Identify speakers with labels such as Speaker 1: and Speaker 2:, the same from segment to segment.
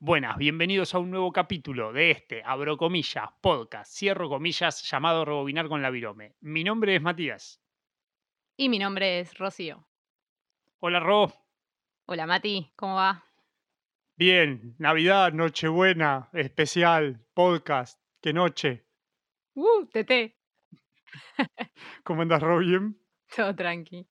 Speaker 1: buenas, bienvenidos a un nuevo capítulo de este, abro comillas, podcast, cierro comillas, llamado Rebobinar con la Virome. Mi nombre es Matías.
Speaker 2: Y mi nombre es Rocío.
Speaker 1: Hola, Ro.
Speaker 2: Hola Mati, ¿cómo va?
Speaker 1: Bien, Navidad, Nochebuena, especial, podcast, qué noche.
Speaker 2: ¡Uh, tete!
Speaker 1: ¿Cómo andas, Ro? Bien.
Speaker 2: Todo tranqui.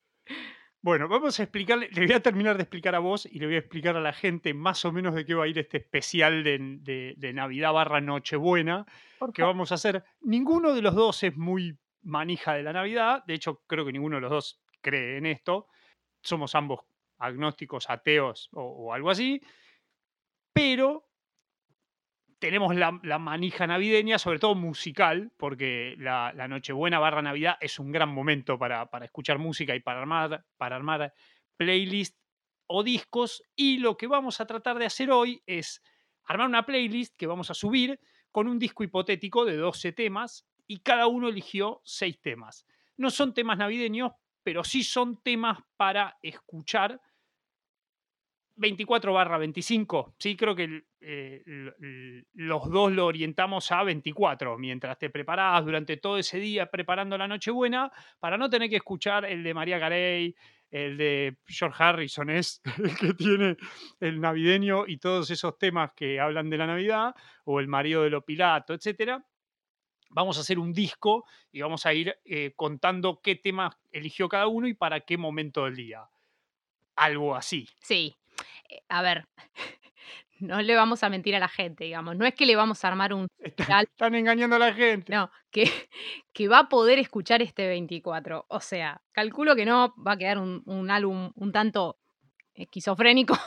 Speaker 1: Bueno, vamos a explicarle, le voy a terminar de explicar a vos y le voy a explicar a la gente más o menos de qué va a ir este especial de, de- de Navidad barra Nochebuena que vamos a hacer. Ninguno de los dos es muy manija de la Navidad, de hecho creo que ninguno de los dos cree en esto. Somos ambos agnósticos, ateos o, o algo así, pero tenemos la, la manija navideña, sobre todo musical, porque la, la Nochebuena barra Navidad es un gran momento para, para escuchar música y para armar, para armar playlist o discos. Y lo que vamos a tratar de hacer hoy es armar una playlist que vamos a subir con un disco hipotético de 12 temas y cada uno eligió 6 temas. No son temas navideños, pero sí son temas para escuchar 24 barra 25. Sí, creo que el- eh, l- l- los dos lo orientamos a 24, mientras te preparás durante todo ese día preparando la Nochebuena, para no tener que escuchar el de María Carey, el de George Harrison es el que tiene el navideño y todos esos temas que hablan de la Navidad, o el marido de Lopilato, etcétera. Vamos a hacer un disco y vamos a ir eh, contando qué temas eligió cada uno y para qué momento del día. Algo así.
Speaker 2: Sí. Eh, A ver, no le vamos a mentir a la gente, digamos. No es que le vamos a armar un
Speaker 1: Están,
Speaker 2: Dale.
Speaker 1: están engañando a la gente.
Speaker 2: No, que, que va a poder escuchar este 24. O sea, calculo que no, va a quedar un, un álbum un tanto esquizofrénico.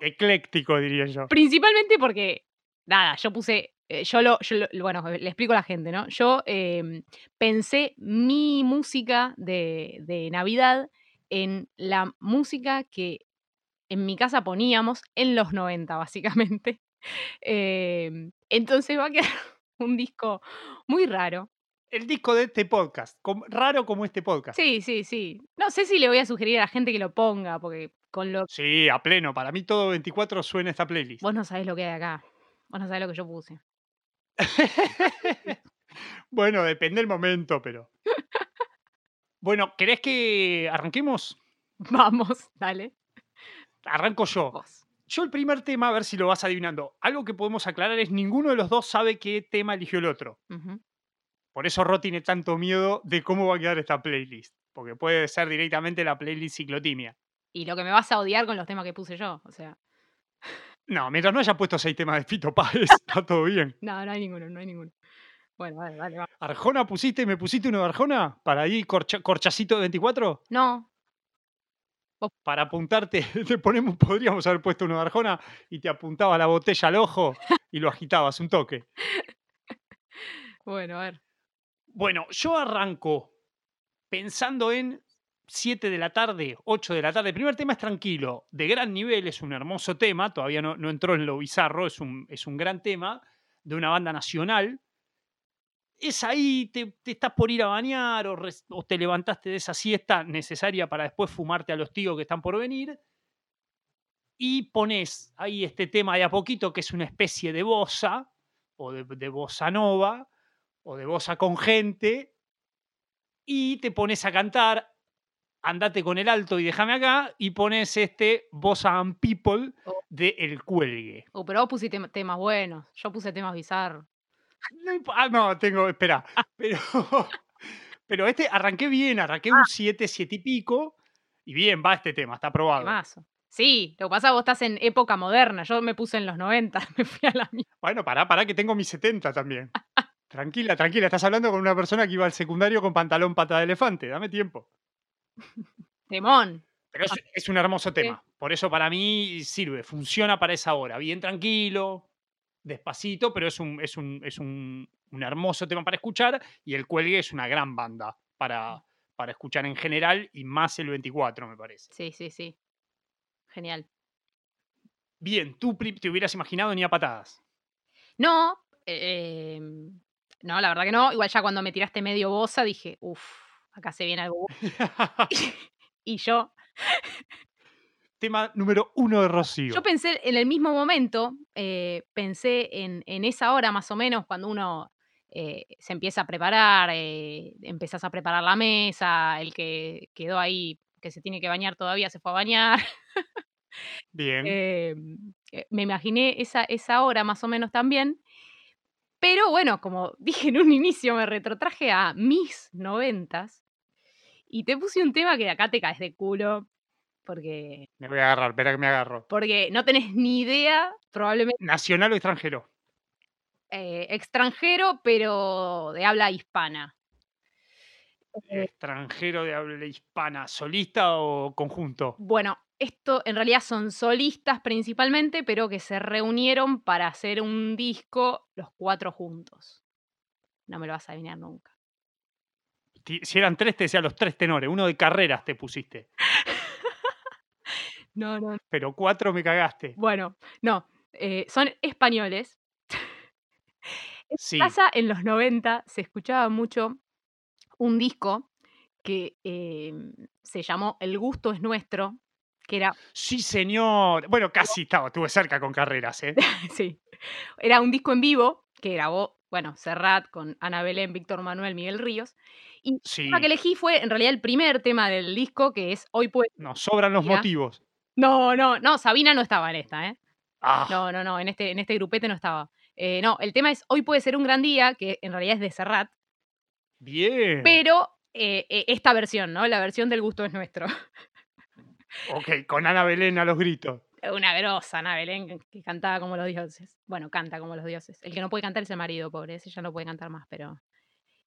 Speaker 1: Ecléctico, diría yo.
Speaker 2: Principalmente porque, nada, yo puse, eh, yo lo, yo lo- bueno, eh, le explico a la gente, ¿no? Yo eh, pensé mi música de, de Navidad en la música que en mi casa poníamos en los 90, básicamente. Eh, entonces va a quedar un disco muy raro.
Speaker 1: El disco de este podcast, com- raro como este podcast.
Speaker 2: Sí, sí, sí. No sé si le voy a sugerir a la gente que lo ponga, porque con lo...
Speaker 1: Sí, a pleno. Para mí todo 24 suena esta playlist.
Speaker 2: Vos no sabés lo que hay acá. Vos no sabés lo que yo puse.
Speaker 1: bueno, depende del momento, pero. Bueno, ¿querés que arranquemos?
Speaker 2: Vamos, dale,
Speaker 1: Arranco yo.
Speaker 2: vos.
Speaker 1: Yo el primer tema, a ver si lo vas adivinando. Algo que podemos aclarar es ninguno de los dos sabe qué tema eligió el otro.
Speaker 2: Ujú.
Speaker 1: Por eso Ro tiene tanto miedo de cómo va a quedar esta playlist. Porque puede ser directamente la playlist ciclotimia.
Speaker 2: Y lo que me vas a odiar con los temas que puse yo. O sea,
Speaker 1: No, mientras no haya puesto seis temas de Fito Páez, está todo bien.
Speaker 2: no, no hay ninguno, no hay ninguno. Bueno, dale, dale, vamos.
Speaker 1: ¿Arjona pusiste y me pusiste uno de Arjona? ¿Para ahí corcha- corchacito de 24?
Speaker 2: No,
Speaker 1: Para apuntarte, te ponemos, podríamos haber puesto uno de Arjona y te apuntaba la botella al ojo y lo agitabas un toque.
Speaker 2: bueno, a ver.
Speaker 1: Bueno, yo arranco pensando en 7 de la tarde, 8 de la tarde. El primer tema es tranquilo, de gran nivel, es un hermoso tema, todavía no, no entró en lo bizarro, es un, es un gran tema de una banda nacional. Es ahí, te, te estás por ir a bañar o, res- o te levantaste de esa siesta necesaria para después fumarte a los tíos que están por venir. Y pones ahí este tema de a poquito, que es una especie de bossa o de, de bossa nova o de bosa con gente y te pones a cantar Andate con el alto y déjame acá y pones este Bosa and People
Speaker 2: Oh.
Speaker 1: de El Cuelgue.
Speaker 2: Oh, pero vos pusiste tem- temas buenos. Yo puse temas bizarros.
Speaker 1: No, imp- ah, no, tengo, espera, pero, pero este arranqué bien, arranqué un 7, 7 y pico y bien, va este tema, está aprobado.
Speaker 2: Temazo. Sí, lo que pasa vos estás en época moderna. Yo me puse en los 90, me fui a la mierda.
Speaker 1: Bueno, pará, pará, que tengo mis 70 también. Tranquila, tranquila, estás hablando con una persona que iba al secundario con pantalón pata de elefante, dame tiempo.
Speaker 2: Temón.
Speaker 1: Pero es, es un hermoso tema. Por eso para mí sirve, funciona para esa hora. Bien tranquilo, despacito, pero es un, es un, es un, un hermoso tema para escuchar. Y el Cuelgue es una gran banda para, para escuchar en general y más el 24, me parece.
Speaker 2: Sí, sí, sí. Genial.
Speaker 1: Bien, tú pri- te hubieras imaginado ni a patadas.
Speaker 2: No, eh, no, la verdad que no. Igual ya cuando me tiraste medio bosa dije, uff, acá se viene algo. bueno. y yo,
Speaker 1: tema número uno de Rocío.
Speaker 2: Yo pensé en el mismo momento, eh, pensé en, en esa hora más o menos, cuando uno eh, se empieza a preparar, eh, empezás a preparar la mesa, el que quedó ahí, que se tiene que bañar todavía, se fue a bañar.
Speaker 1: Bien.
Speaker 2: Eh, me imaginé esa, esa hora más o menos también. Pero bueno, como dije en un inicio, me retrotraje a mis noventas y te puse un tema que de acá te caes de culo porque,
Speaker 1: Me voy a agarrar, espera que me agarro.
Speaker 2: porque no tenés ni idea, probablemente
Speaker 1: ¿Nacional o extranjero?
Speaker 2: eh, extranjero, pero de habla hispana. Eh,
Speaker 1: Extranjero de habla hispana, solista o conjunto.
Speaker 2: Bueno, esto en realidad son solistas principalmente, pero que se reunieron para hacer un disco los cuatro juntos. No me lo vas a adivinar nunca.
Speaker 1: Ti- Si eran tres, te decía los tres tenores. Uno de carreras te pusiste.
Speaker 2: No, no.
Speaker 1: Pero cuatro me cagaste.
Speaker 2: Bueno, no. eh, son españoles.
Speaker 1: Sí.
Speaker 2: Pasa en los 90, se escuchaba mucho un disco que eh, se llamó El gusto es nuestro, que era
Speaker 1: Sí, señor. Bueno, casi estaba, estuve cerca con carreras, ¿eh?
Speaker 2: Sí. Era un disco en vivo que grabó, bueno, Serrat con Ana Belén, Víctor Manuel, Miguel Ríos. Y el
Speaker 1: Sí.
Speaker 2: tema que elegí fue en realidad el primer tema del disco, que es Hoy puede.
Speaker 1: Nos sobran los
Speaker 2: Mira.
Speaker 1: motivos.
Speaker 2: No, no, no, Sabina no estaba en esta, ¿eh?
Speaker 1: Ah,
Speaker 2: No, no, no, en este, en este grupete no estaba. Eh, no, el tema es Hoy puede ser un gran día, que en realidad es de Serrat,
Speaker 1: bien.
Speaker 2: pero eh, eh, esta versión, ¿no? La versión del gusto es nuestro.
Speaker 1: Ok, con Ana Belén a los gritos.
Speaker 2: Una grosa Ana Belén que cantaba como los dioses. Bueno, canta como los dioses. El que no puede cantar es el marido, pobre, ese ya no puede cantar más, pero.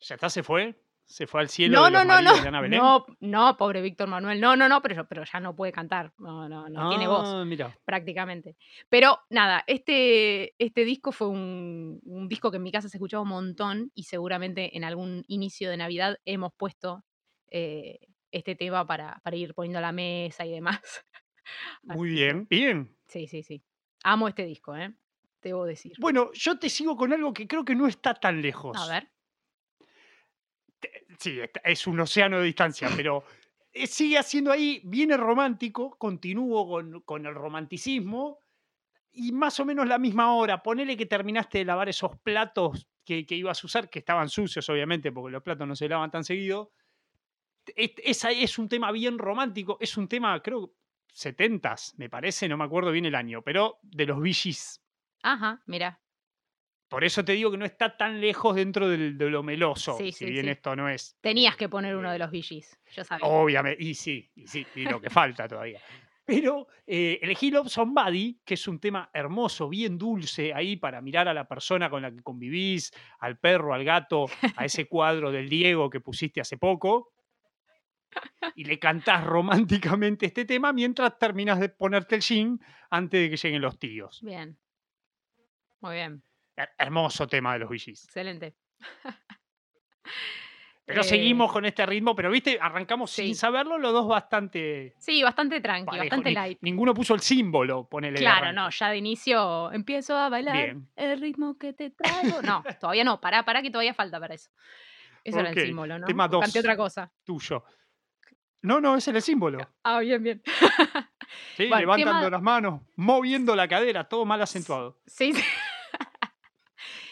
Speaker 1: ¿Ya está? ¿Se fue? ¿Se fue al cielo?
Speaker 2: No,
Speaker 1: de
Speaker 2: no,
Speaker 1: los
Speaker 2: no,
Speaker 1: maridos
Speaker 2: no.
Speaker 1: de Ana Belén?
Speaker 2: No, no, pobre Víctor Manuel. No, no, no, pero, pero ya no puede cantar. No, no, no tiene voz
Speaker 1: Ah, mira.
Speaker 2: prácticamente. Pero nada, este, este disco fue un, un disco que en mi casa se escuchaba un montón y seguramente en algún inicio de Navidad hemos puesto eh, este tema para, para ir poniendo a la mesa y demás. Así
Speaker 1: Muy
Speaker 2: que,
Speaker 1: bien. Bien.
Speaker 2: Sí, sí, sí. Amo este disco, ¿eh? Debo decir.
Speaker 1: Bueno, yo te sigo con algo que creo que no está tan lejos.
Speaker 2: A ver.
Speaker 1: Te- Sí, está- es un océano de distancia, pero eh, sigue haciendo ahí, viene romántico, continúo con, con el romanticismo y más o menos la misma hora, ponele que terminaste de lavar esos platos que, que ibas a usar, que estaban sucios obviamente, porque los platos no se lavan tan seguido. Es, es ahí- es un tema bien romántico, es un tema, creo, 70s, me parece, no me acuerdo bien el año, pero de los VGs.
Speaker 2: Ajá, mira.
Speaker 1: Por eso te digo que no está tan lejos dentro del- de lo meloso,
Speaker 2: Sí,
Speaker 1: si
Speaker 2: sí,
Speaker 1: bien
Speaker 2: sí.
Speaker 1: esto no es.
Speaker 2: Tenías
Speaker 1: eh,
Speaker 2: que poner uno
Speaker 1: eh,
Speaker 2: de los VGs. Yo sabía.
Speaker 1: Obviamente, y sí, y sí, y lo que falta todavía. Pero eh, elegí Love Somebody, que es un tema hermoso, bien dulce, ahí para mirar a la persona con la que convivís, al perro, al gato, a ese cuadro del Diego que pusiste hace poco. Y le cantás románticamente este tema mientras terminas de ponerte el jean antes de que lleguen los tíos.
Speaker 2: Bien. Muy bien.
Speaker 1: Her- Hermoso tema de los VGs.
Speaker 2: Excelente.
Speaker 1: Pero
Speaker 2: Eh,
Speaker 1: seguimos con este ritmo, pero viste, arrancamos
Speaker 2: sí.
Speaker 1: sin saberlo, los dos bastante
Speaker 2: Sí, bastante tranqui,
Speaker 1: parejo.
Speaker 2: bastante
Speaker 1: Ni-
Speaker 2: light.
Speaker 1: Ninguno puso el símbolo, ponele. de
Speaker 2: Claro,
Speaker 1: arranque.
Speaker 2: no, ya de inicio empiezo a bailar
Speaker 1: Bien.
Speaker 2: el ritmo que te traigo. No, todavía no, pará, pará que todavía falta para eso. Eso era
Speaker 1: Ok,
Speaker 2: el símbolo, ¿no?
Speaker 1: tema
Speaker 2: O Canté
Speaker 1: dos.
Speaker 2: otra cosa.
Speaker 1: Tuyo. No, no, ese era el símbolo.
Speaker 2: Ah, bien, bien.
Speaker 1: Sí,
Speaker 2: Bueno,
Speaker 1: levantando
Speaker 2: tema-
Speaker 1: las manos, moviendo la cadera, todo mal acentuado.
Speaker 2: Sí. sí.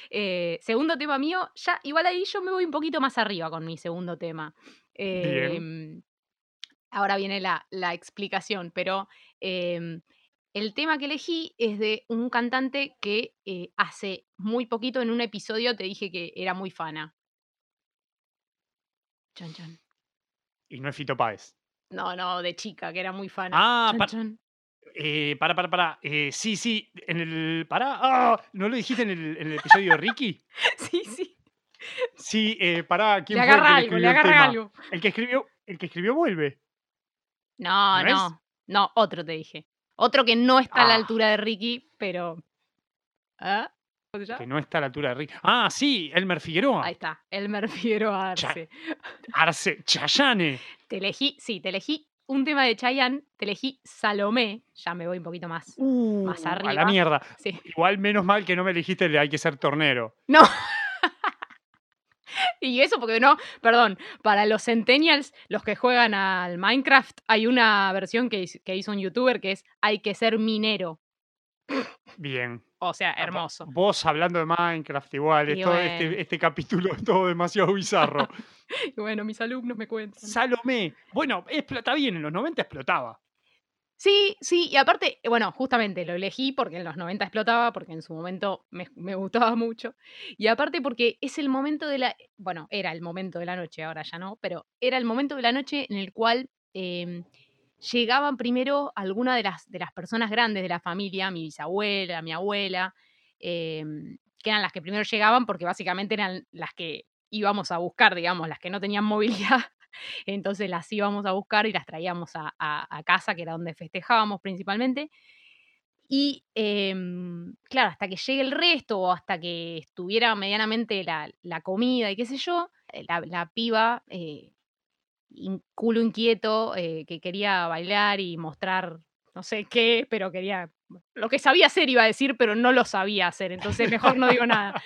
Speaker 2: Eh, segundo tema mío, ya igual ahí yo me voy un poquito más arriba con mi segundo tema. Em, ahora viene la, la explicación, pero em, el tema que elegí es de un cantante que eh, hace muy poquito en un episodio te dije que era muy fana. Chon, chon.
Speaker 1: Y no es Fito Páez.
Speaker 2: No, no, de chica, que era muy fana.
Speaker 1: Ah,
Speaker 2: Chon,
Speaker 1: para,
Speaker 2: chon.
Speaker 1: eh, para, para, sí, sí, en el. Pará. ¡Ah! ¿No lo dijiste en el, en el episodio de Ricky?
Speaker 2: Sí, sí.
Speaker 1: Sí, eh, pará. ¿Quién
Speaker 2: Le
Speaker 1: fue el que
Speaker 2: agarra algo, le
Speaker 1: escribió el
Speaker 2: agarra
Speaker 1: tema?
Speaker 2: algo.
Speaker 1: El que escribió, el que escribió vuelve.
Speaker 2: No,
Speaker 1: ¿No es?
Speaker 2: no, no, otro te dije. Otro que no está a la
Speaker 1: Ah.
Speaker 2: altura de Ricky, pero. ¿Ah? ¿Cómo se llama?
Speaker 1: Que no está a la altura de Ricky. Ah, sí, Elmer Figueroa.
Speaker 2: Ahí está, Elmer Figueroa
Speaker 1: Cha-
Speaker 2: Arce.
Speaker 1: Arce Chayane.
Speaker 2: Te elegí, sí, te elegí un tema de Chayanne, te elegí Salomé, ya me voy un poquito más.
Speaker 1: Uh,
Speaker 2: Más
Speaker 1: a
Speaker 2: arriba.
Speaker 1: la mierda.
Speaker 2: Sí.
Speaker 1: Igual menos mal que no me elegiste el de Hay que ser tornero.
Speaker 2: No, Y eso porque no, perdón, para los centennials, los que juegan al Minecraft, hay una versión que, hiz- que hizo un youtuber que es hay que ser minero.
Speaker 1: Bien.
Speaker 2: O sea, hermoso.
Speaker 1: Vos hablando de Minecraft igual,
Speaker 2: Y
Speaker 1: es todo este,
Speaker 2: bueno.
Speaker 1: este capítulo es todo demasiado bizarro.
Speaker 2: Y bueno, mis alumnos me cuentan.
Speaker 1: Salomé, bueno, explo- está bien, en los 90 explotaba.
Speaker 2: Sí, sí, y aparte, eh, bueno, justamente lo elegí porque en los 90 explotaba, porque en su momento me, me gustaba mucho. Y aparte porque es el momento de la, eh, bueno, era el momento de la noche, ahora ya no, pero era el momento de la noche en el cual eh, llegaban primero algunas de las, de las personas grandes de la familia, mi bisabuela, mi abuela, eh, que eran las que primero llegaban porque básicamente eran las que íbamos a buscar, digamos, las que no tenían movilidad. Entonces las íbamos a buscar y las traíamos a, a- a casa, que era donde festejábamos principalmente. Y em, claro, hasta que llegue el resto o hasta que estuviera medianamente la, la comida y qué sé yo, eh, la, la piba, eh, in- culo inquieto, eh, que quería bailar y mostrar no sé qué, pero quería... Lo que sabía hacer iba a decir, pero no lo sabía hacer, entonces mejor no digo nada.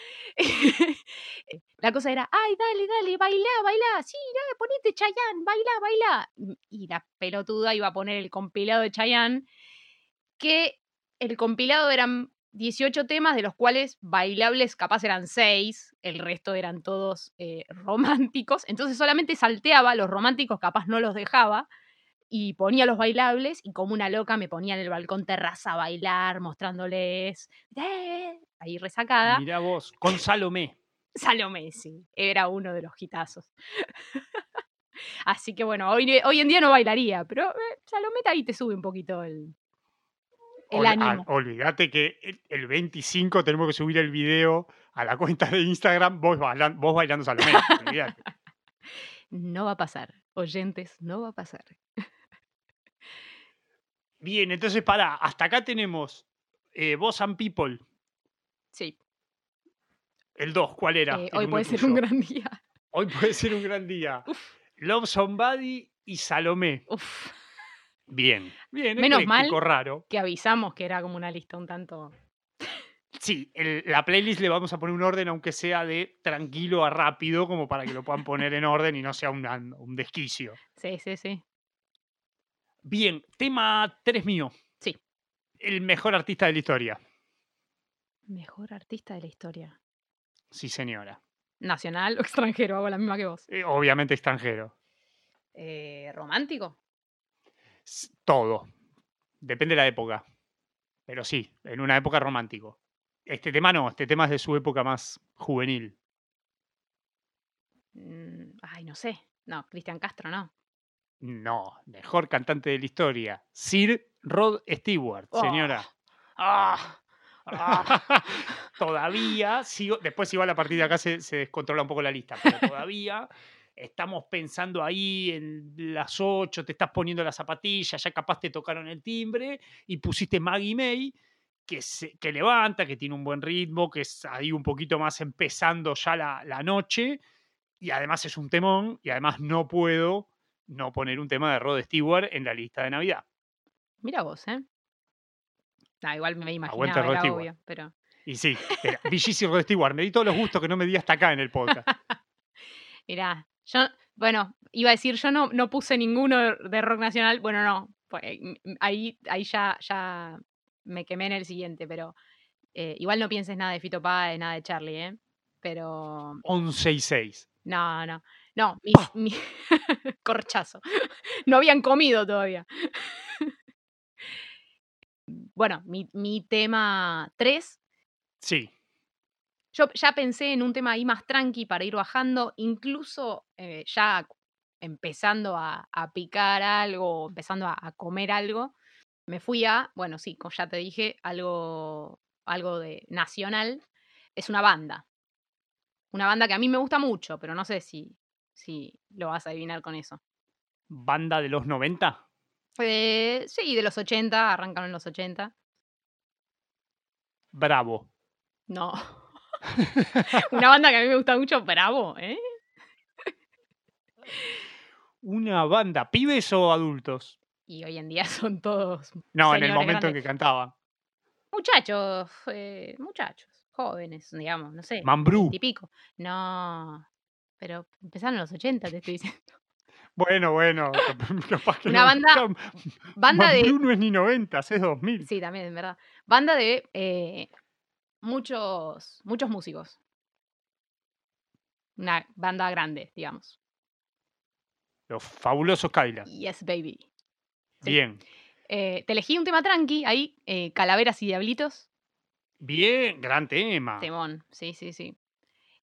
Speaker 2: la cosa era, ay, dale, dale, bailá, bailá, sí, dale, ponete Chayanne, bailá, bailá. Mm, Y la pelotuda iba a poner el compilado de Chayanne, que el compilado eran 18 temas, de los cuales bailables capaz eran 6, el resto eran todos eh, románticos, entonces solamente salteaba, los románticos capaz no los dejaba, y ponía los bailables y como una loca me ponía en el balcón terraza a bailar, mostrándoles, "Eh", ahí resacada.
Speaker 1: Mirá vos, con Salomé.
Speaker 2: Salomé, sí, era uno de los hitazos. Así que bueno, hoy, hoy en día no bailaría, pero eh, Salomé ahí te sube un poquito el, el
Speaker 1: Ol- ah,
Speaker 2: ánimo.
Speaker 1: olvídate que el- el 25 tenemos que subir el video a la cuenta de Instagram, vos, bailan- vos bailando Salomé. olvídate.
Speaker 2: No va a pasar, oyentes, no va a pasar.
Speaker 1: Bien, entonces para, hasta acá tenemos eh, Vos and People,
Speaker 2: Sí,
Speaker 1: el 2, ¿cuál era?
Speaker 2: eh,
Speaker 1: El
Speaker 2: hoy
Speaker 1: uno
Speaker 2: puede ser un
Speaker 1: tuyo.
Speaker 2: gran día.
Speaker 1: Hoy puede ser un gran día. Love Somebody y Salomé.
Speaker 2: Uf,
Speaker 1: Bien. Bien,
Speaker 2: Menos mal.
Speaker 1: ecléctico, raro.
Speaker 2: que avisamos que era como una lista un tanto...
Speaker 1: Sí, el- la playlist le vamos a poner un orden, aunque sea de tranquilo a rápido, como para que lo puedan poner en orden y no sea un, an- un desquicio.
Speaker 2: Sí, sí, sí.
Speaker 1: Bien, tema 3 mío.
Speaker 2: Sí.
Speaker 1: El mejor artista de la historia.
Speaker 2: Mejor artista de la historia.
Speaker 1: Sí, señora.
Speaker 2: Nacional o extranjero, hago la misma que vos.
Speaker 1: Eh, obviamente extranjero.
Speaker 2: Eh, ¿Romántico?
Speaker 1: S- Todo. Depende de la época. Pero sí, en una época romántico. Este tema no, este tema es de su época más juvenil.
Speaker 2: Mm, ay, no sé. No, Cristian Castro, no.
Speaker 1: No, mejor cantante de la historia. Sir Rod Stewart,
Speaker 2: Oh.
Speaker 1: señora.
Speaker 2: Ah, ah.
Speaker 1: todavía sigo, después igual a partir de acá se, se descontrola un poco la lista, pero todavía estamos pensando ahí en las 8, te estás poniendo las zapatillas, ya capaz te tocaron el timbre y pusiste Maggie May, que, se- que levanta, que tiene un buen ritmo, que es ahí un poquito más empezando ya la, la noche, y además es un temón, y además no puedo no poner un tema de Rod Stewart en la lista de Navidad.
Speaker 2: Mira vos, ¿eh? Ah, igual me
Speaker 1: Aguante,
Speaker 2: imaginaba, era
Speaker 1: Rostigo.
Speaker 2: obvio, pero...
Speaker 1: Y sí, era Billisi Rod Stewart, me di todos los gustos que no me di hasta acá en el podcast.
Speaker 2: Mirá, yo, bueno, iba a decir, yo no, no puse ninguno de rock nacional, bueno, no, fue- eh, m- m- ahí, ahí ya, ya me quemé en el siguiente, pero eh, igual no pienses nada de Fito Páez, nada de Charlie, ¿eh? Pero
Speaker 1: 11 y 6.
Speaker 2: no, no, no, mi,
Speaker 1: Pa.
Speaker 2: mi- corchazo, no habían comido todavía. Bueno, mi, mi tema 3
Speaker 1: Sí,
Speaker 2: Yo ya pensé en un tema ahí más tranqui para ir bajando, incluso eh, ya empezando a, a picar algo, empezando a, a comer algo. Me fui a, bueno, sí, como ya te dije, algo, algo de nacional. Es una banda. Una banda que a mí me gusta mucho, pero no sé si, si lo vas a adivinar con eso.
Speaker 1: banda de los 90.
Speaker 2: Eh, sí, de los 80, arrancaron en los 80.
Speaker 1: Bravo.
Speaker 2: No. una banda que a mí me gusta mucho, bravo, ¿eh?
Speaker 1: Una banda, pibes o adultos.
Speaker 2: Y hoy en día son todos
Speaker 1: No, en el
Speaker 2: Señores
Speaker 1: momento en
Speaker 2: grandes.
Speaker 1: que cantaban.
Speaker 2: Muchachos, eh, muchachos, jóvenes, digamos, no sé.
Speaker 1: Mambrú.
Speaker 2: Típico. No, Pero empezaron en los 80, te estoy diciendo.
Speaker 1: Bueno, bueno, capaz que
Speaker 2: Una
Speaker 1: no.
Speaker 2: banda-
Speaker 1: Claro,
Speaker 2: Banda
Speaker 1: Mad
Speaker 2: de.
Speaker 1: Blue no es ni 90, es 2000.
Speaker 2: Sí, también, en verdad. Banda de eh, muchos, muchos músicos. Una banda grande, digamos.
Speaker 1: Los fabulosos Cadillacs.
Speaker 2: Yes, baby. Sí.
Speaker 1: Bien.
Speaker 2: Eh, te elegí un tema tranqui, ahí, eh, Calaveras y Diablitos.
Speaker 1: Bien, gran tema.
Speaker 2: Temón, sí, sí, sí.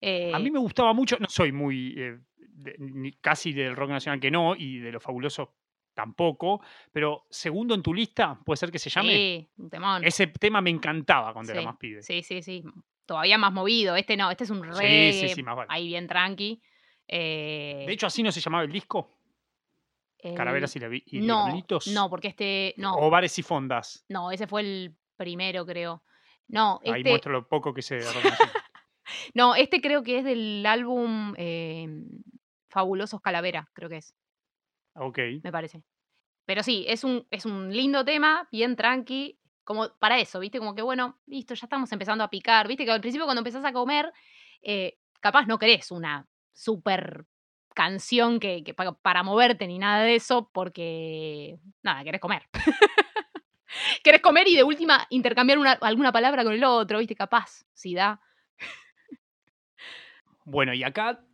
Speaker 2: Eh,
Speaker 1: Ah. A mí me gustaba mucho, no soy muy, eh, de- ni- casi del rock nacional que no, y de los fabulosos tampoco, pero segundo en tu lista, puede ser que se llame.
Speaker 2: Sí, un temón.
Speaker 1: Ese tema me encantaba cuando era
Speaker 2: Sí,
Speaker 1: más pibe.
Speaker 2: Sí, sí, sí. Todavía más movido. Este no, este es un
Speaker 1: sí,
Speaker 2: reggae.
Speaker 1: sí, más vale.
Speaker 2: Ahí bien tranqui. Eh,
Speaker 1: De hecho, así no se llamaba el disco,
Speaker 2: el-
Speaker 1: Calaveras y, Lavi- y
Speaker 2: Eh, no,
Speaker 1: Diablitos,
Speaker 2: No, porque este. No,
Speaker 1: o Bares y Fondas.
Speaker 2: no, ese fue el primero, creo. No,
Speaker 1: Ahí
Speaker 2: este,
Speaker 1: muestro lo poco que se rock nacional.
Speaker 2: no, este creo que es del álbum eh, Fabulosos Calavera, creo que es,
Speaker 1: Ok.
Speaker 2: me parece. Pero sí, es un, es un lindo tema, bien tranqui, como para eso, ¿viste? Como que bueno, listo, ya estamos empezando a picar, ¿viste? Que al principio cuando empezás a comer, eh, capaz no querés una super canción que, que pa- para moverte ni nada de eso, porque nada, querés comer. querés comer y de última intercambiar una- alguna palabra con el otro, ¿viste? Capaz, si da.
Speaker 1: Bueno, y acá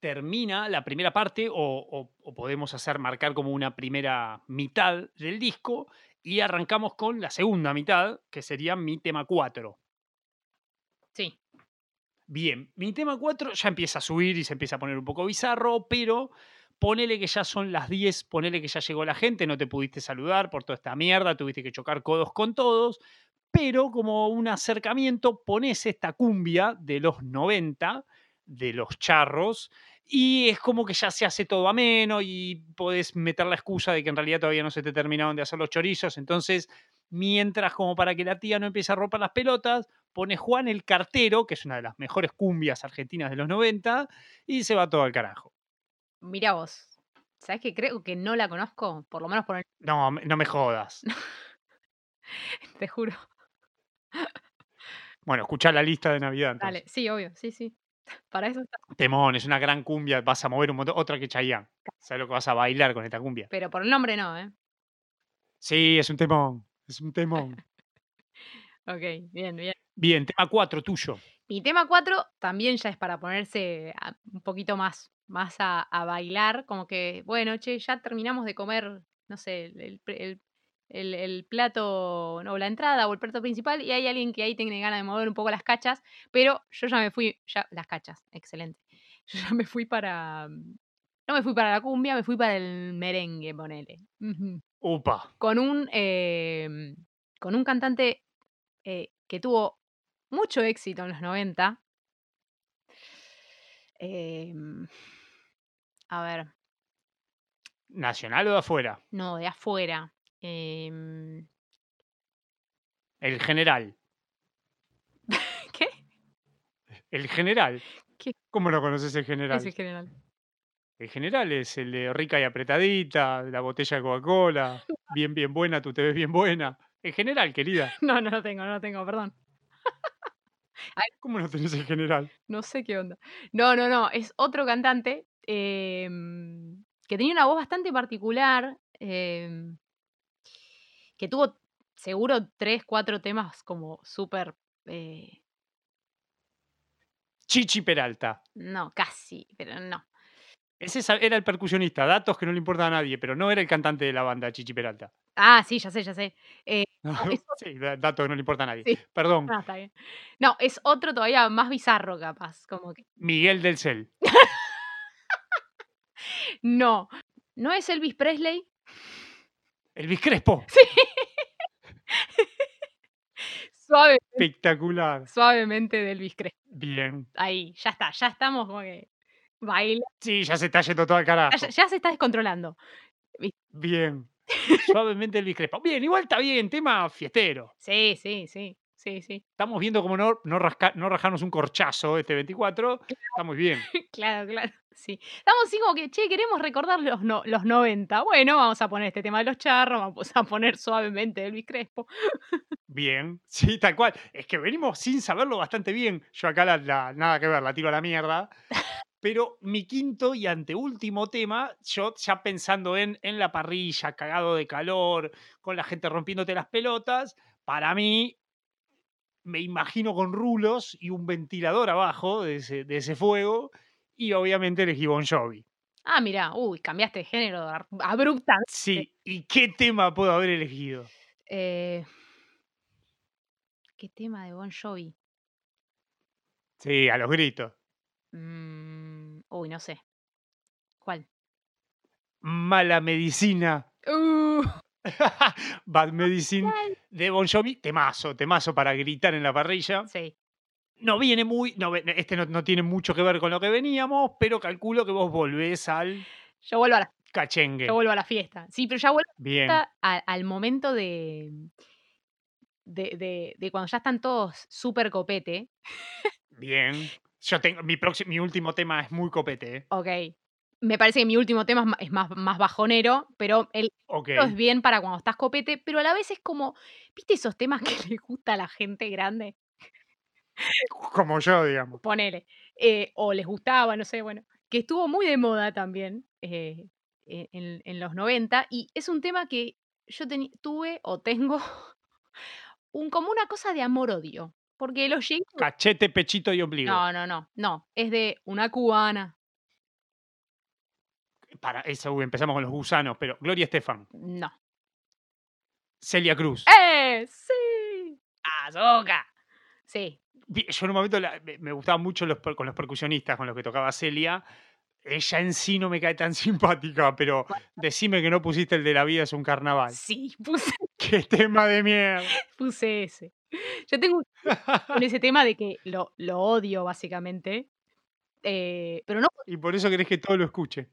Speaker 1: termina la primera parte o, o- o podemos hacer marcar como una primera mitad del disco y arrancamos con la segunda mitad, que sería mi tema 4.
Speaker 2: Sí.
Speaker 1: Bien, mi tema 4 ya empieza a subir y se empieza a poner un poco bizarro, pero ponele que ya son las 10, ponele que ya llegó la gente, no te pudiste saludar por toda esta mierda, tuviste que chocar codos con todos, pero como un acercamiento pones esta cumbia de los 90, de los charros, y es como que ya se hace todo ameno y podés meter la excusa de que en realidad todavía no se te terminaron de hacer los chorizos, entonces mientras como para que la tía no empiece a romper las pelotas, pone Juan el Cartero, que es una de las mejores cumbias argentinas de los 90, y se va todo al carajo.
Speaker 2: Mira vos. ¿Sabes que creo que no la conozco? Por lo menos por el.
Speaker 1: No, me- no me jodas.
Speaker 2: Te juro.
Speaker 1: Bueno, escuchá la lista de Navidad. entonces.
Speaker 2: Dale. Sí, obvio. Sí, sí. Para eso está.
Speaker 1: Temón, es una gran cumbia, vas a mover un montón. Otra que Chayanne. ¿Sabes lo que vas a bailar con esta cumbia?
Speaker 2: Pero por el nombre no, ¿eh?
Speaker 1: Sí, es un temón, es un temón.
Speaker 2: Ok, bien, bien.
Speaker 1: Bien, tema 4, tuyo.
Speaker 2: Mi tema 4 también ya es para ponerse a- un poquito más, más a, a bailar, como que, bueno, che, ya terminamos de comer, no sé, el, el pre- el- el- el plato, no, la entrada o el plato principal, y hay alguien que ahí tiene ganas de mover un poco las cachas, pero yo ya me fui, ya, las cachas, excelente. Yo ya me fui para, mm, no me fui para la cumbia, me fui para el merengue, ponele. Ujú
Speaker 1: Upa,
Speaker 2: con un, eh, con un cantante eh, que tuvo mucho éxito en los 90. Eh, a ver,
Speaker 1: nacional o de afuera,
Speaker 2: no, de afuera. Em,
Speaker 1: el general.
Speaker 2: ¿Qué?
Speaker 1: El general.
Speaker 2: ¿Qué?
Speaker 1: ¿Cómo lo conoces el general?
Speaker 2: Es el general.
Speaker 1: El general es el de rica y apretadita, la botella de Coca-Cola, bien, bien buena, tú te ves bien buena. El general, querida.
Speaker 2: No, no lo tengo, no lo tengo, perdón.
Speaker 1: ¿Cómo no tenés el general?
Speaker 2: No sé qué onda. No, no, no, es otro cantante em, que tenía una voz bastante particular, em, que tuvo seguro tres, cuatro temas como súper... eh,
Speaker 1: Chichi Peralta.
Speaker 2: No, casi, pero no.
Speaker 1: Ese sa- era el percusionista, datos que no le importa a nadie, pero no era el cantante de la banda, Chichi Peralta.
Speaker 2: Ah, sí, ya sé, ya sé. Ah, eso-
Speaker 1: sí, da- datos que no le importa a nadie.
Speaker 2: Sí.
Speaker 1: Perdón,
Speaker 2: Ah, está bien. No, es otro todavía más bizarro, capaz. Como que.
Speaker 1: Miguel del Cel.
Speaker 2: No. ¿No es Elvis Presley?
Speaker 1: Elvis Crespo.
Speaker 2: Suave,
Speaker 1: Espectacular.
Speaker 2: suavemente de Elvis Crespo.
Speaker 1: Bien.
Speaker 2: Ahí, ya está, ya estamos como que. Baila.
Speaker 1: Sí, ya se está yendo toda cara.
Speaker 2: Ah, Ya, ya se está descontrolando.
Speaker 1: Bien. Suavemente Elvis Crespo. Bien, igual está bien, tema fiestero.
Speaker 2: Sí, sí, sí. Sí, sí.
Speaker 1: Estamos viendo como no, no, rasca- no rajarnos un corchazo este 24. Está muy bien.
Speaker 2: Claro, claro. Sí. Estamos así como que, che, queremos recordar los, no- los 90. Bueno, vamos a poner este tema de los charros, vamos a poner suavemente Elvis Crespo.
Speaker 1: Bien. Sí, tal cual. Es que venimos sin saberlo bastante bien. Yo acá la, la- nada que ver, la tiro a la mierda. Pero mi quinto y anteúltimo tema, yo ya pensando en, en la parrilla, cagado de calor, con la gente rompiéndote las pelotas, para mí me imagino con rulos y un ventilador abajo de ese, de ese fuego, y obviamente elegí Bon Jovi.
Speaker 2: Ah, mira, uy, cambiaste de género abruptamente.
Speaker 1: Sí, ¿y qué tema puedo haber elegido?
Speaker 2: Eh, ¿Qué tema de Bon Jovi?
Speaker 1: Sí, a los gritos.
Speaker 2: Mm, uy, no sé. ¿Cuál?
Speaker 1: Mala medicina.
Speaker 2: Uh,
Speaker 1: Bad
Speaker 2: Ah,
Speaker 1: Medicine de Bon Jovi. Temazo, temazo para gritar en la parrilla.
Speaker 2: sí.
Speaker 1: No viene muy. no ve- este no, no tiene mucho que ver con lo que veníamos, pero calculo que vos volvés al
Speaker 2: Yo vuelvo, a la,
Speaker 1: cachengue.
Speaker 2: yo vuelvo a la fiesta. Sí, pero ya vuelvo
Speaker 1: Bien.
Speaker 2: a- al momento de, de, de- de cuando ya están todos súper copete.
Speaker 1: Bien. Yo tengo. Mi, próximo, mi último tema es muy copete. ¿eh?
Speaker 2: Ok. Me parece que mi último tema es ma- es más, más bajonero, pero el
Speaker 1: Ok.
Speaker 2: otro es bien para cuando estás copete, pero a la vez es como, ¿viste esos temas que le gusta a la gente grande?
Speaker 1: Como yo, digamos.
Speaker 2: Ponele. eh, o les gustaba, no sé, bueno. Que estuvo muy de moda también eh, eh, en, en los 90 y es un tema que yo teni- tuve o tengo un, como una cosa de amor-odio. Porque los llegué a
Speaker 1: Cachete, pechito y ombligo.
Speaker 2: No, no, no, no. Es de una cubana.
Speaker 1: Para eso uy, empezamos con los gusanos, pero Gloria Estefan,
Speaker 2: No.
Speaker 1: Celia Cruz.
Speaker 2: ¡Eh! ¡Sí! ¡Azoka! Sí.
Speaker 1: Vi- Yo en un momento la- me, me gustaban mucho los, per- con los percusionistas con los que tocaba Celia. Ella en sí no me cae tan simpática, pero decime que no pusiste el de la vida es un carnaval.
Speaker 2: Sí, puse,
Speaker 1: ¡Qué tema de mierda!
Speaker 2: puse ese. Yo tengo un- con ese tema de que lo, lo odio, básicamente. Eh, pero no,
Speaker 1: y por eso querés que todo lo escuche.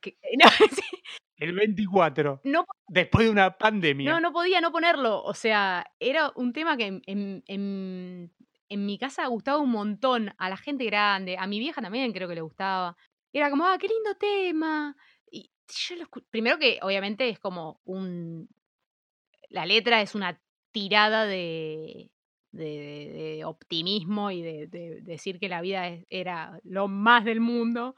Speaker 2: que- no, sí,
Speaker 1: El 24,
Speaker 2: no,
Speaker 1: después de una pandemia.
Speaker 2: no, no podía no ponerlo. O sea, era un tema que en, en- en- en mi casa gustaba un montón. A la gente grande, a mi vieja también creo que le gustaba. Era como, ah, qué lindo tema. Y yo lo escu- Primero que obviamente es como un, la letra es una tirada de, de- de- de optimismo y de, de decir que la vida es- era lo más del mundo.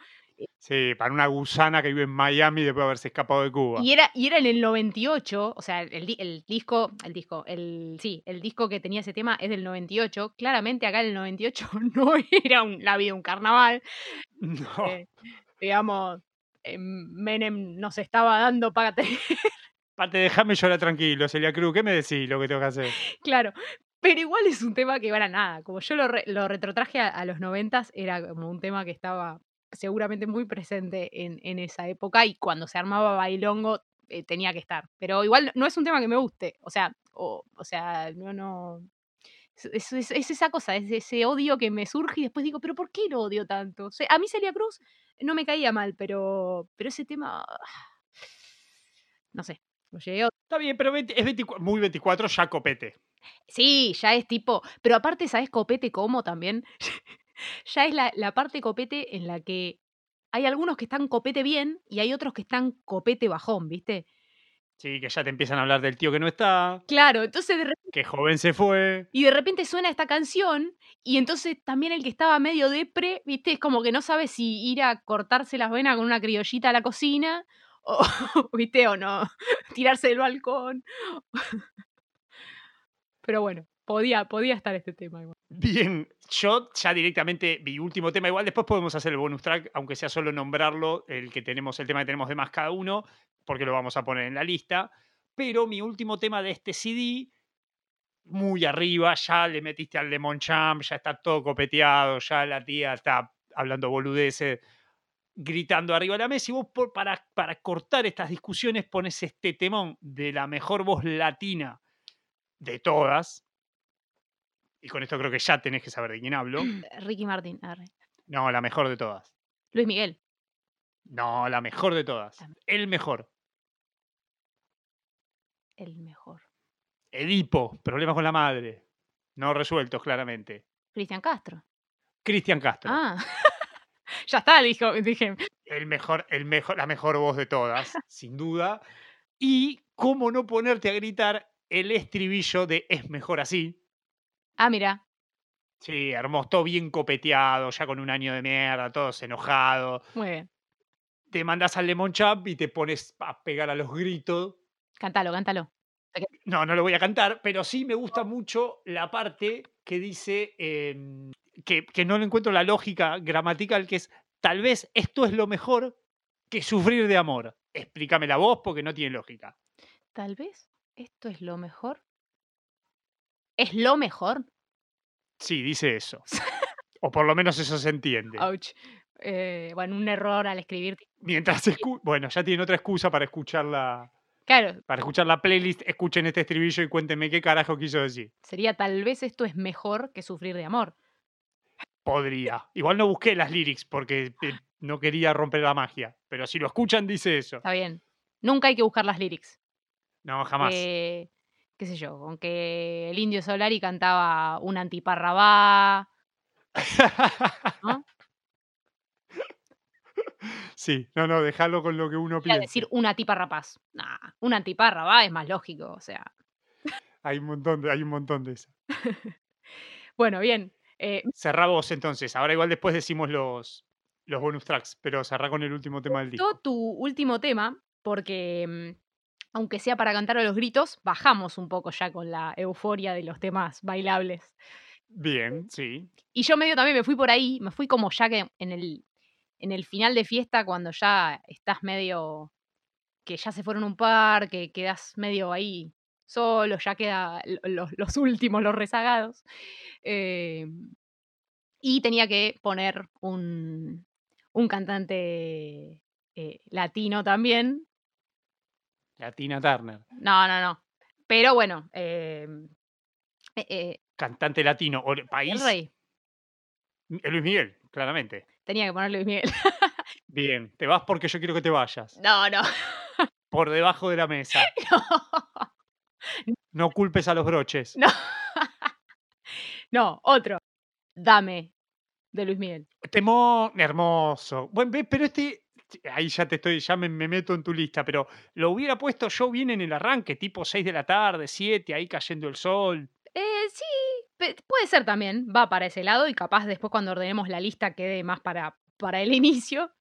Speaker 1: Sí, para una gusana que vive en Miami después de haberse escapado de Cuba.
Speaker 2: Y era, y era en el 98, o sea, el, di- el disco, el disco, el, sí, el disco que tenía ese tema es del 98. Claramente acá en el 98 no era un- la vida un carnaval.
Speaker 1: No,
Speaker 2: eh, digamos, eh, Menem nos estaba dando para tener
Speaker 1: Pate, déjame llorar tranquilo, Celia Cruz. ¿Qué me decís lo que tengo que hacer?
Speaker 2: Claro. Pero igual es un tema que van a nada. Como yo lo, re- lo retrotraje a, a los noventas, era como un tema que estaba seguramente muy presente en, en esa época y cuando se armaba bailongo eh, tenía que estar. Pero igual no es un tema que me guste. O sea, o, o sea, no, no. Es, es- es- es esa cosa, es ese odio que me surge y después digo, pero ¿por qué lo odio tanto? O sea, a mí Celia Cruz no me caía mal, pero, pero ese tema, ah, no sé, lo llegué a
Speaker 1: Está bien, pero 20 es 24 muy 24 ya copete.
Speaker 2: Sí, ya es tipo. Pero aparte, ¿sabes copete cómo también? ya es la, la parte copete en la que hay algunos que están copete bien y hay otros que están copete bajón, ¿viste?
Speaker 1: Sí, que ya te empiezan a hablar del tío que no está,
Speaker 2: Claro, entonces de re-
Speaker 1: que joven se fue.
Speaker 2: y de repente suena esta canción y entonces también el que estaba medio depre, ¿viste? Es como que no sabe si ir a cortarse las venas con una criollita a la cocina o, ¿viste? O no, tirarse del balcón. Pero bueno, podía, podía estar este tema igual.
Speaker 1: Bien, yo ya directamente mi último tema, igual después podemos hacer el bonus track, aunque sea solo nombrarlo, el que tenemos, el tema que tenemos de más cada uno, porque lo vamos a poner en la lista. Pero mi último tema de este CD, muy arriba, ya le metiste al Lemon Champ, ya está todo copeteado, ya la tía está hablando boludeces, gritando arriba de la mesa. Y vos, por- para, para cortar estas discusiones, pones este temón de la mejor voz latina de todas. Y con esto creo que ya tenés que saber de quién hablo.
Speaker 2: Mm. Ricky Martin, arre.
Speaker 1: No, la mejor de todas.
Speaker 2: Luis Miguel.
Speaker 1: No, la mejor de todas. El mejor.
Speaker 2: El mejor.
Speaker 1: Edipo, problemas con la madre. No resueltos, claramente.
Speaker 2: Cristian Castro.
Speaker 1: Cristian Castro.
Speaker 2: Ah. ya está, dijo, dije.
Speaker 1: el mejor, el mejor, la mejor voz de todas, sin duda. Y cómo no ponerte a gritar el estribillo de Es mejor así.
Speaker 2: Ah, mira.
Speaker 1: Sí, hermoso, todo bien copeteado, ya con un año de mierda, todos enojados.
Speaker 2: Muy bien.
Speaker 1: Te mandas al Lemon Chap y te pones a pegar a los gritos.
Speaker 2: Cántalo, cántalo.
Speaker 1: No, no lo voy a cantar, pero sí me gusta mucho la parte que dice eh, que, que no le encuentro la lógica gramatical, que es tal vez esto es lo mejor que sufrir de amor. Explícame la voz porque no tiene lógica.
Speaker 2: Tal vez esto es lo mejor. ¿Es lo mejor?
Speaker 1: Sí, dice eso. o por lo menos eso se entiende.
Speaker 2: Ouch. Eh, bueno, un error al escribir.
Speaker 1: Mientras escu- Bueno, ya tienen otra excusa para escuchar la.
Speaker 2: Claro,
Speaker 1: Para escuchar la playlist, escuchen este estribillo y cuéntenme qué carajo quiso decir.
Speaker 2: sería tal vez esto es mejor que sufrir de amor.
Speaker 1: Podría. Igual no busqué las lyrics porque eh, no quería romper la magia. Pero si lo escuchan, dice eso.
Speaker 2: Está bien. Nunca hay que buscar las lyrics.
Speaker 1: No, jamás.
Speaker 2: Eh, qué sé yo, con que el indio Solari cantaba un antiparrabá. ¿no?
Speaker 1: sí, no, no, déjalo con lo que uno
Speaker 2: Iba a
Speaker 1: piensa.
Speaker 2: decir una tipa rapaz. Nah, un antiparrabá es más lógico, o sea.
Speaker 1: Hay un montón de, hay un montón de eso.
Speaker 2: Bueno, bien. eh,
Speaker 1: Cerrá vos entonces. Ahora igual después decimos los, los bonus tracks, pero cerrá con el último tema del disco.
Speaker 2: gustó tu último tema porque, mm, aunque sea para cantar a los gritos, bajamos un poco ya con la euforia de los temas bailables.
Speaker 1: Bien, sí.
Speaker 2: Y yo medio también me fui por ahí, me fui como ya que en el, en el final de fiesta, cuando ya estás medio, que ya se fueron un par, que quedas medio ahí solo, ya queda lo- los, los últimos, los rezagados. Eh, y tenía que poner un, un cantante eh, latino también,
Speaker 1: Latina Turner.
Speaker 2: No, no, no. Pero bueno, eh, eh, eh,
Speaker 1: Cantante latino. o-
Speaker 2: el
Speaker 1: país.
Speaker 2: rey.
Speaker 1: Eh, Luis Miguel, claramente.
Speaker 2: Tenía que ponerle Luis Miguel.
Speaker 1: Bien, te vas porque yo quiero que te vayas.
Speaker 2: No, no.
Speaker 1: Por debajo de la mesa. No culpes a los broches.
Speaker 2: No. No, otro. Dame de Luis Miguel.
Speaker 1: Temón hermoso. Bueno, ve, pero este. Ahí ya te estoy, ya me, me meto en tu lista, pero lo hubiera puesto yo bien en el arranque, tipo 6 de la tarde, 7, ahí cayendo el sol.
Speaker 2: Eh, sí, pe- puede ser también. Va para ese lado y capaz después cuando ordenemos la lista quede más para, para el inicio.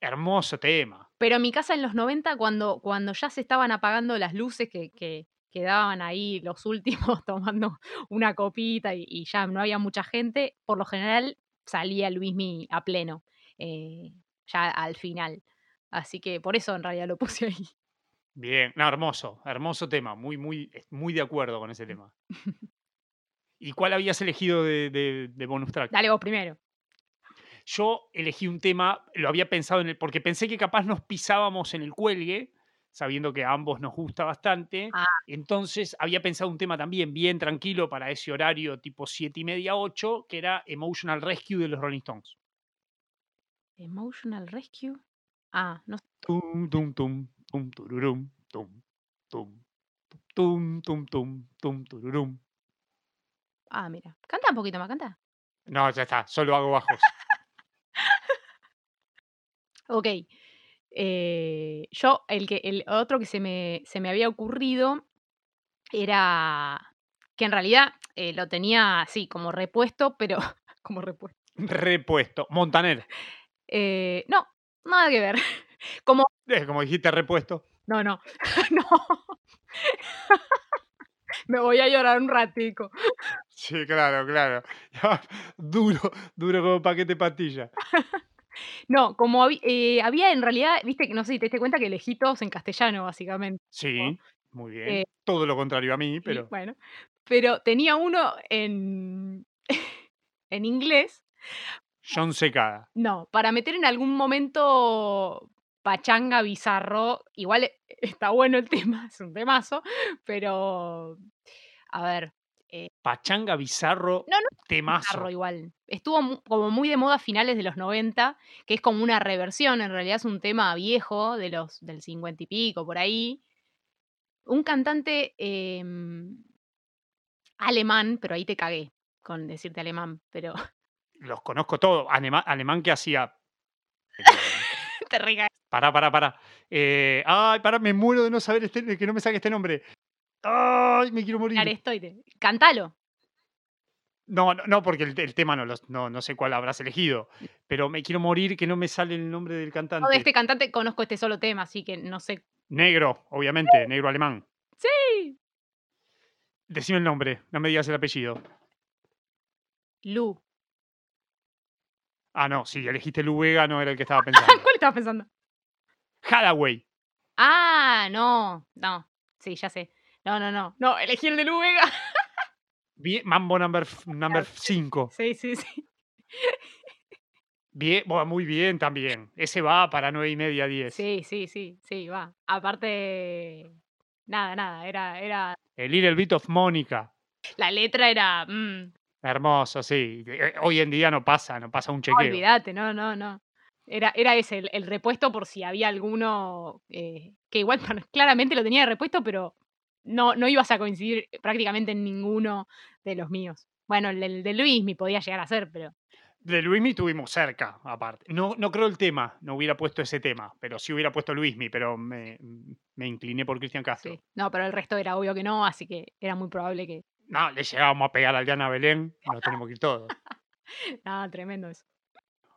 Speaker 1: Hermoso tema.
Speaker 2: Pero en mi casa en los 90, cuando, cuando ya se estaban apagando las luces que, que quedaban ahí los últimos tomando una copita y, y ya no había mucha gente, por lo general salía Luismi a pleno, eh, ya al final. Así que por eso en realidad lo puse ahí.
Speaker 1: Bien, no, hermoso, hermoso tema, muy, muy, es- muy de acuerdo con ese tema. ¿Y cuál habías elegido de, de- de bonus track?
Speaker 2: Dale vos primero.
Speaker 1: Yo elegí un tema, lo había pensado en el, porque pensé que capaz nos pisábamos en el cuelgue, sabiendo que a ambos nos gusta bastante.
Speaker 2: Ah.
Speaker 1: Entonces había pensado un tema también bien tranquilo para ese horario tipo 7 y media, 8, que era Emotional Rescue de los Rolling Stones.
Speaker 2: Emotional Rescue. Ah, no sé.
Speaker 1: Tum, tum, tum, tum, tururum, tum, tum, tum, tum, tum, tum, tururum.
Speaker 2: Ah, mira. Canta un poquito más, canta.
Speaker 1: No, ya está, solo hago bajos.
Speaker 2: Ok. eh, yo, el, que, el otro que se me, se me había ocurrido era que en realidad eh, lo tenía así como repuesto, pero como repuesto.
Speaker 1: Repuesto. Montaner.
Speaker 2: eh, no, nada que ver.
Speaker 1: Eh, como dijiste, repuesto.
Speaker 2: No, no, no. me voy a llorar un ratico.
Speaker 1: Sí, claro, claro. duro, duro como paquete de pastilla.
Speaker 2: No, como habi- eh, había en realidad, viste que no sé si te diste cuenta que elegí todos en castellano, básicamente.
Speaker 1: Sí, muy bien.
Speaker 2: Eh,
Speaker 1: Todo lo contrario a mí,
Speaker 2: Y
Speaker 1: pero
Speaker 2: bueno, pero tenía uno en, en inglés
Speaker 1: John Secada.
Speaker 2: No, para meter en algún momento pachanga, bizarro, igual eh, está bueno el tema, es un temazo, pero a ver,
Speaker 1: Pachanga bizarro,
Speaker 2: No, no
Speaker 1: temazo.
Speaker 2: bizarro igual. Estuvo mu- como muy de moda a finales de los 90, que es como una reversión, en realidad es un tema viejo de los del 50 y pico, por ahí. Un cantante em, alemán, pero ahí te cagué con decirte alemán, pero
Speaker 1: Los conozco todos. Anema- alemán que hacía.
Speaker 2: te recagué.
Speaker 1: Pará, pará, pará. Eh, ay, pará, me muero de no saber este, de que no me saque este nombre. Ay, me quiero morir.
Speaker 2: Estoy, te- cantalo.
Speaker 1: No, no, no, porque el, el tema no, los- no, no sé cuál habrás elegido, pero me quiero morir que no me sale el nombre del cantante.
Speaker 2: Yo de este cantante conozco este solo tema, así que no sé.
Speaker 1: Negro, obviamente, negro alemán.
Speaker 2: Sí.
Speaker 1: Decime el nombre, no me digas el apellido.
Speaker 2: Lu.
Speaker 1: Ah, no, sí, elegiste Lu Vega, no era el que estaba pensando.
Speaker 2: ¿Cuál estaba pensando?
Speaker 1: Hathaway.
Speaker 2: Ah, no. No. Sí, ya sé. No, no, no. No, elegí el de Lu Vega.
Speaker 1: Bien, Mambo number, f- number 5.
Speaker 2: Sí, sí, sí.
Speaker 1: Bien, bueno, muy bien también. Ese va para 9 y media, 10.
Speaker 2: Sí, sí, sí, sí, va. Aparte, nada, nada. Era, era.
Speaker 1: El Little Bit of Mónica.
Speaker 2: La letra era. mm,
Speaker 1: Hermoso, sí. Eh, Hoy en día no pasa, no pasa un
Speaker 2: No,
Speaker 1: chequeo.
Speaker 2: Olvídate, no, no, no. Era, era ese, el, el repuesto por si había alguno eh, que igual bueno, claramente lo tenía de repuesto, pero no, no ibas a coincidir prácticamente en ninguno de los míos. Bueno, el, del de Luis me podía llegar a ser, pero
Speaker 1: De Luismi tuvimos cerca, aparte. No, no creo el tema, no hubiera puesto ese tema, pero sí hubiera puesto Luismi, pero me, me incliné por Cristian Castro.
Speaker 2: sí. No, pero el resto era obvio que no, así que era muy probable que.
Speaker 1: No, le llegábamos a pegar a Diana Belén, nos tenemos que ir todos.
Speaker 2: Nada, tremendo eso.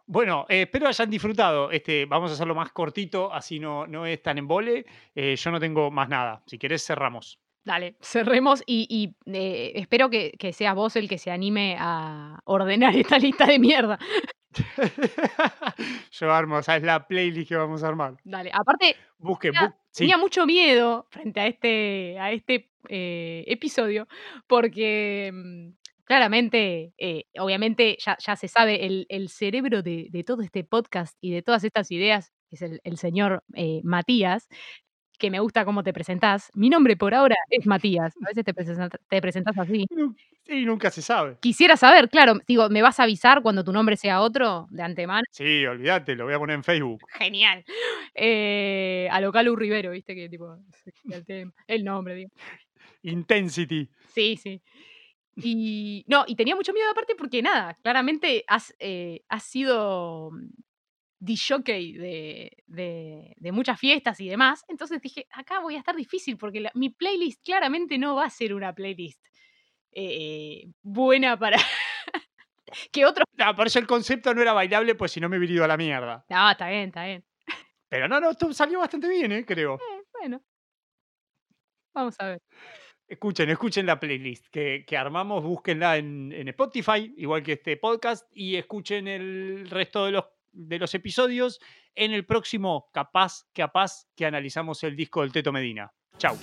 Speaker 1: Bueno, eh, espero hayan disfrutado. Este, vamos a hacerlo más cortito, así no, no es tan embole. Eh, yo no tengo más nada. Si querés, cerramos.
Speaker 2: Dale, cerremos y, y, eh, espero que, que seas vos el que se anime a ordenar esta lista de mierda.
Speaker 1: yo armo, esa es la playlist que vamos a armar.
Speaker 2: Dale, aparte,
Speaker 1: Busquen,
Speaker 2: Mira,
Speaker 1: bu- sí.
Speaker 2: tenía mucho miedo frente a este, a este eh, episodio, porque mm, claramente, eh, obviamente ya, ya se sabe, el, el cerebro de, de todo este podcast y de todas estas ideas es el, el señor eh, Matías, que me gusta cómo te presentás. Mi nombre por ahora es Matías, a veces te, presenta- te presentás así.
Speaker 1: Nu- sí, nunca se sabe.
Speaker 2: Quisiera saber, claro, digo, ¿me vas a avisar cuando tu nombre sea otro de antemano?
Speaker 1: Sí, olvídate, lo voy a poner en Facebook.
Speaker 2: Genial. Eh, a lo Calu Rivero, viste que tipo, se queda el tema, el nombre, digo.
Speaker 1: Intensity.
Speaker 2: Sí, sí. Y no, y tenía mucho miedo aparte porque nada, claramente has, eh, has sido mm, disc jockey de, de- de muchas fiestas y demás. Entonces dije, acá voy a estar difícil porque la- mi playlist claramente no va a ser una playlist eh, buena para que otros...
Speaker 1: Ah, por eso el concepto no era bailable, pues si no me hubiera ido a la mierda.
Speaker 2: Ah, está bien, está bien.
Speaker 1: Pero no, no, tú- salió bastante bien, eh, creo.
Speaker 2: Bueno. Vamos a ver.
Speaker 1: Escuchen, escuchen la playlist que, que armamos, búsquenla en, en Spotify, igual que este podcast, y escuchen el resto de los, de los episodios en el próximo Capaz, Capaz, que analizamos el disco del Teto Medina. Chau.